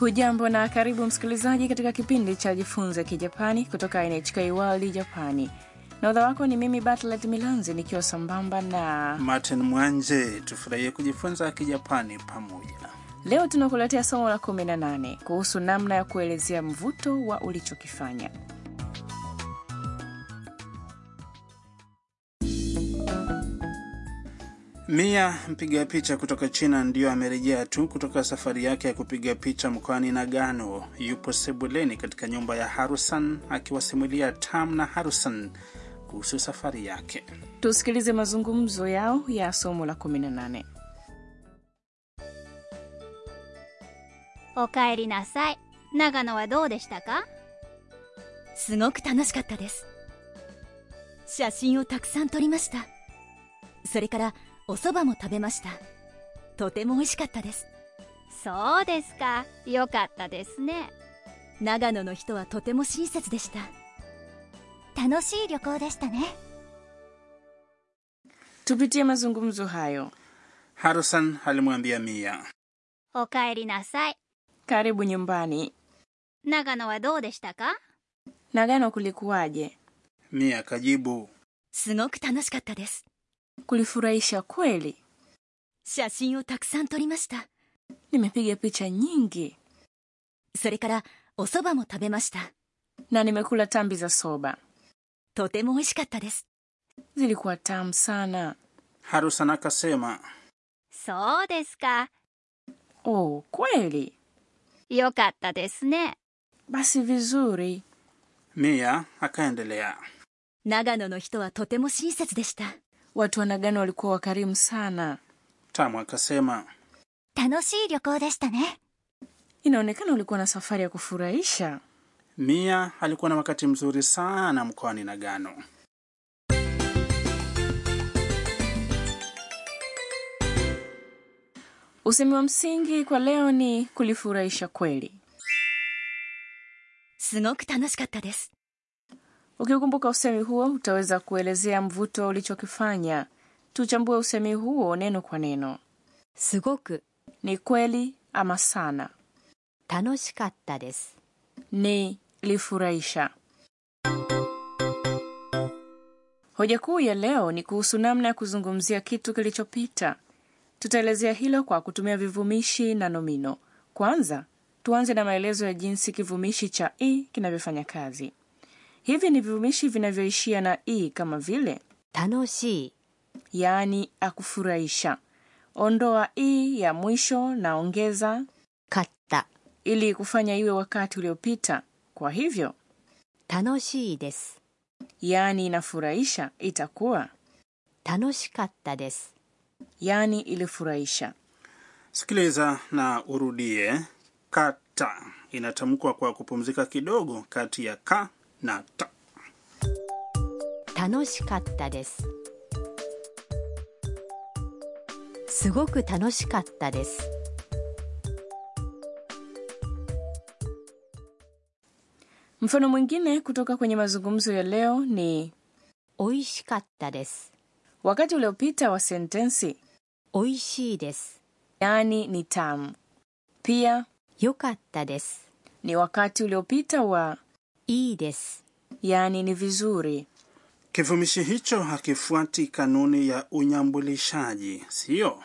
hujambo na karibu msikilizaji katika kipindi cha jifunze kijapani kutoka nhk world japani naudha wako ni mimi batlet milanzi nikiwa sambamba na martin mwanje tufurahie kujifunza kijapani pamoja leo tunakuletea somo la 18 kuhusu namna ya kuelezea mvuto wa ulichokifanya mia mpiga picha kutoka china ndiyo amerejea tu kutoka safari yake ya kupiga picha mkoani nagano yupo sebuleni katika nyumba ya harusan akiwasimulia tam na harusan kuhusu safari yake tusikilize mazungumzo yao ya somo la 18おかえりなさい長野はどうでしたかすごく楽しかったです写真をたくさん撮りましたそれからお蕎麦も食べましたとても美味しかったですそうですかよかったですね長野の人はとても親切でした楽しい旅行でしたね tupitie mazungumzo hayo harusan alimwambia mia おかえりなさい karibu nyumbani 長野はどうでしたか nagano kulikuwaje mia akajibu すごく楽しかったです kulifurahisha kweli 写真をたくさん撮りました nimepiga picha nyingi それからお蕎麦も食べました na nimekula tambi za soba とても美味しかったです zilikuwa tamu sana harusan akasema そうですか oh kweli よかったですね basi vizuri mia akaendelea 長野の人はとても親切でした watu wa nagano walikuwa wakarimu sana tamu akasema 楽しい旅行でしたね inaonekana ulikuwa na safari ya kufurahisha mia alikuwa na wakati mzuri sana mkoani nagano usemi wa msingi kwa leo ni kulifurahisha kweli すごく楽しかったです ukikumbuka usemi huo utaweza kuelezea mvuto ulichokifanya tuchambue usemi huo neno kwa neno すごく ni kweli ama sana 楽しかったです ni lifurahisha hoja kuu ya leo ni kuhusu namna ya kuzungumzia kitu kilichopita tutaelezea hilo kwa kutumia vivumishi na nomino kwanza tuanze na maelezo ya jinsi kivumishi cha i kinavyofanya kazi hivi ni vivumishi vinavyoishia na i kama vile 楽しい yaani akufurahisha ondoa i ya mwisho na ongeza かった ili kufanya iwe wakati uliopita kwa hivyo 楽しいです yaani inafurahisha itakuwa 楽しかったです yaani ilifurahisha sikiliza na urudie kata inatamkwa kwa kupumzika kidogo kati ya ka na ta 楽しかったですすごく楽しかったです mfano mwingine kutoka kwenye mazungumzo ya leo ni 美味しかったです wakati uliopita wa sentensi 美味しいです yaani ni tamu pia 良かったです ni wakati uliopita wa いいです yaani ni vizuri Kivumishi hicho hakifuati kanuni ya unyambulishaji, sio?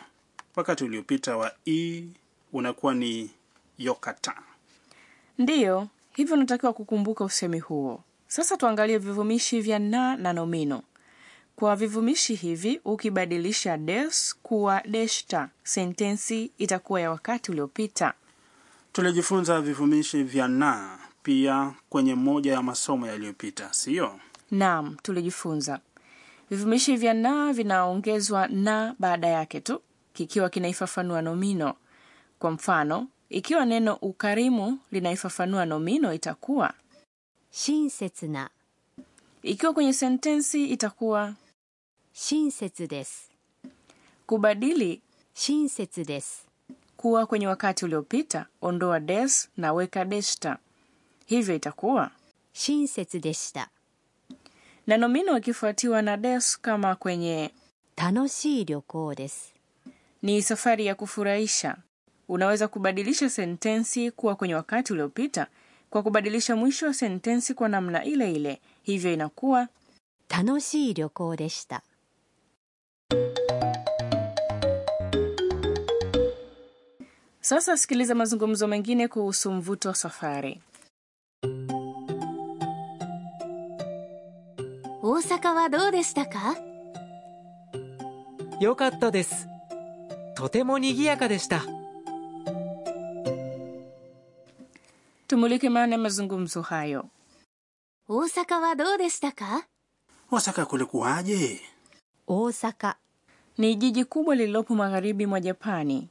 Wakati uliopita wa i unakuwa ni yokata. ndiyo hivyo unatakiwa kukumbuka usemi huo sasa tuangalie vivumishi vya na na nomino kwa vivumishi hivi ukibadilisha des kuwa deshta sentensi itakuwa ya wakati uliopita Tulijifunza vivumishi vya na pia kwenye moja ya masomo yaliyopita, sio? Naam, tulijifunza vivumishi vya na vinaongezwa na baada yake tu kikiwa kinaifafanua nomino. Kwa mfano, ikiwa neno ukarimu linaifafanua nomino itakuwa. 親切な Ikiwa kwenye sentensi itakuwa 親切です kubadili 親切です kuwa kwenye wakati uliopita, ondoa des na weka deshta, hivyo itakuwa 親切でした na nomino ikifuatiwa na des kama kwenye 楽しい旅行です ni safari ya kufurahisha unaweza kubadilisha sentensi kuwa kwenye wakati uliopita kwa kubadilisha mwisho wa sentensi kwa namna ile ile hivyo inakuwa 楽しい旅行でした。 sasa sikiliza mazungumzo mengine kuhusu mvuto wa safari 大阪はどうでしたか良かったです。とても賑やかでした。 tumulike maana ya mazungumzo hayo 大阪はどうでしたか Osaka kulikuwaje? 大阪、 ni jiji kubwa lililopo magharibi mwa japani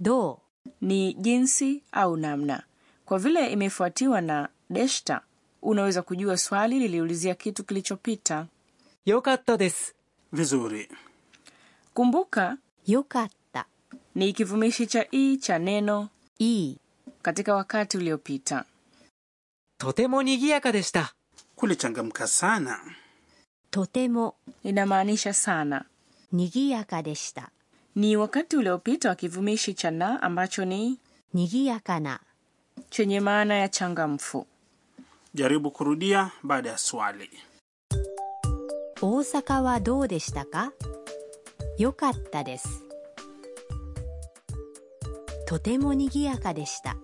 ど ni jinsi au namna kwa vile imefuatiwa na deshta unaweza kujua swali liliulizia kitu kilichopita 良かったです。 Vizuri. kumbuka う、よかった、 ni kivumishi cha i cha neno いい、 katika wakati uliopita とても賑やかでした。 Kulichangamka sana. とても、 inamaanisha sana 賑やかでした。 ni wakati uliopita wa kivumishi cha na ambacho ni 賑やかな、 chenye maana ya changamfu Jaribu kurudia baada ya swali. 大阪はどうでしたかよかったです。とても賑やかでした。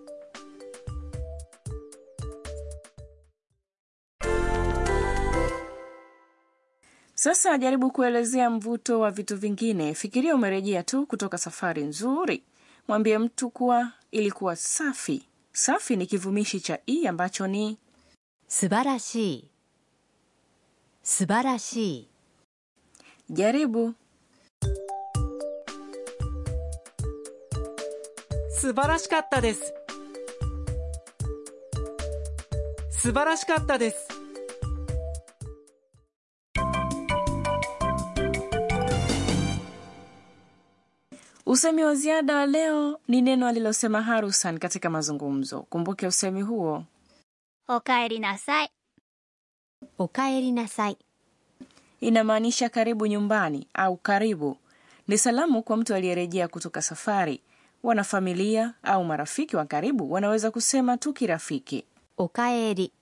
sasa jaribu kuelezea mvuto wa vitu vingine fikiria umerejea tu kutoka safari nzuri mwambie mtu kuwa ilikuwa safi safi ni kivumishi cha i ambacho ni 素晴らしい、素晴らしい、 jaribu 素晴らしかったです。素晴らしかったです。 usemi wa ziada wa leo ni neno alilosema harusan katika mazungumzo kumbuke usemi huo おかえりなさいおかえりなさい、 inamaanisha karibu nyumbani au karibu ni salamu kwa mtu aliyerejea kutoka safari wanafamilia au marafiki wa karibu wanaweza kusema tu kirafiki おかえり、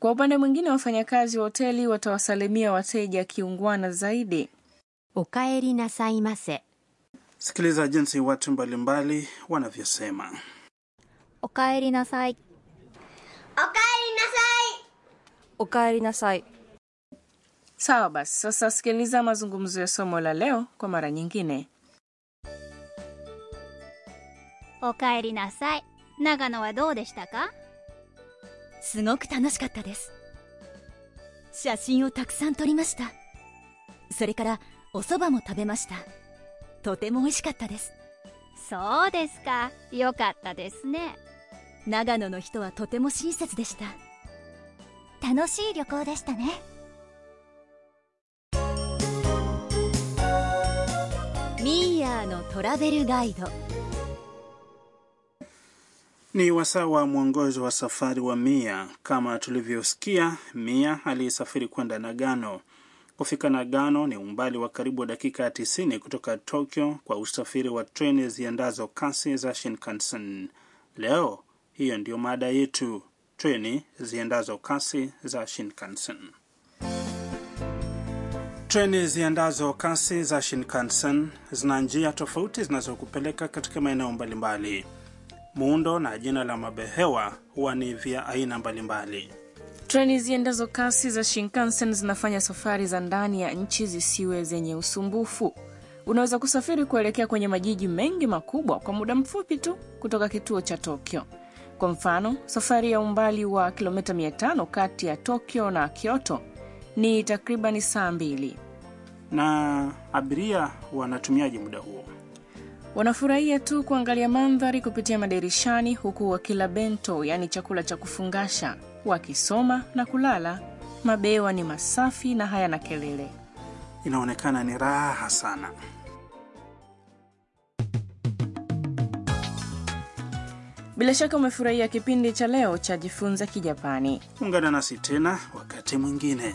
kwa upande mwingine wafanyakazi wa hoteli watawasalimia wateja kiungwana zaidi おかえりなさいませ、 Sikiliza jinsi watu mbalimbali wanavyosema. おかえりなさいおかえりなさい sawa basi sasa sikiliza mazungumzo ya somo la leo kwa mara nyingine おかえりなさい長野はどうでしたかすごく楽しかったです写真をたくさん撮りましたそれからお蕎麦も食べましたとても美味しかったですそうですかよかったですね長野の人はとても親切でした楽しい旅行でしたねミーヤーのトラベルガイド Ni wasaa wa mwongozo wa safari wa Mia. Kama tulivyosikia, Mia alisafiri kwenda Nagano. Kufika Nagano ni umbali wa karibu wa dakika 90 kutoka Tokyo kwa usafiri wa treni ziendazo kasi za Shinkansen. Leo hiyo ndiyo mada yetu, treni ziendazo kasi za Shinkansen. Treni ziendazo kasi za Shinkansen zina njia tofauti zinazokupeleka katika maeneo mbalimbali. Muundo na jina la mabehewa huwa ni vya aina mbalimbali. treni ziendazo kasi za shinkansen zinafanya safari za ndani ya nchi zisiwe zenye usumbufu unaweza kusafiri kuelekea kwenye majiji mengi makubwa kwa muda mfupi tu kutoka kituo cha tokyo kwa mfano safari ya umbali wa kilomita 500 kati ya tokyo na kyoto ni takribani saa mbili Na abiria wanatumiaje muda huo? wanafurahia tu kuangalia mandhari kupitia madirishani huku wakila bento yaani chakula cha kufungasha wakisoma na kulala mabewa ni masafi na hayana kelele Inaonekana ni raha sana. bila shaka umefurahia kipindi cha leo cha jifunza kijapani Ungana nasi tena wakati mwingine.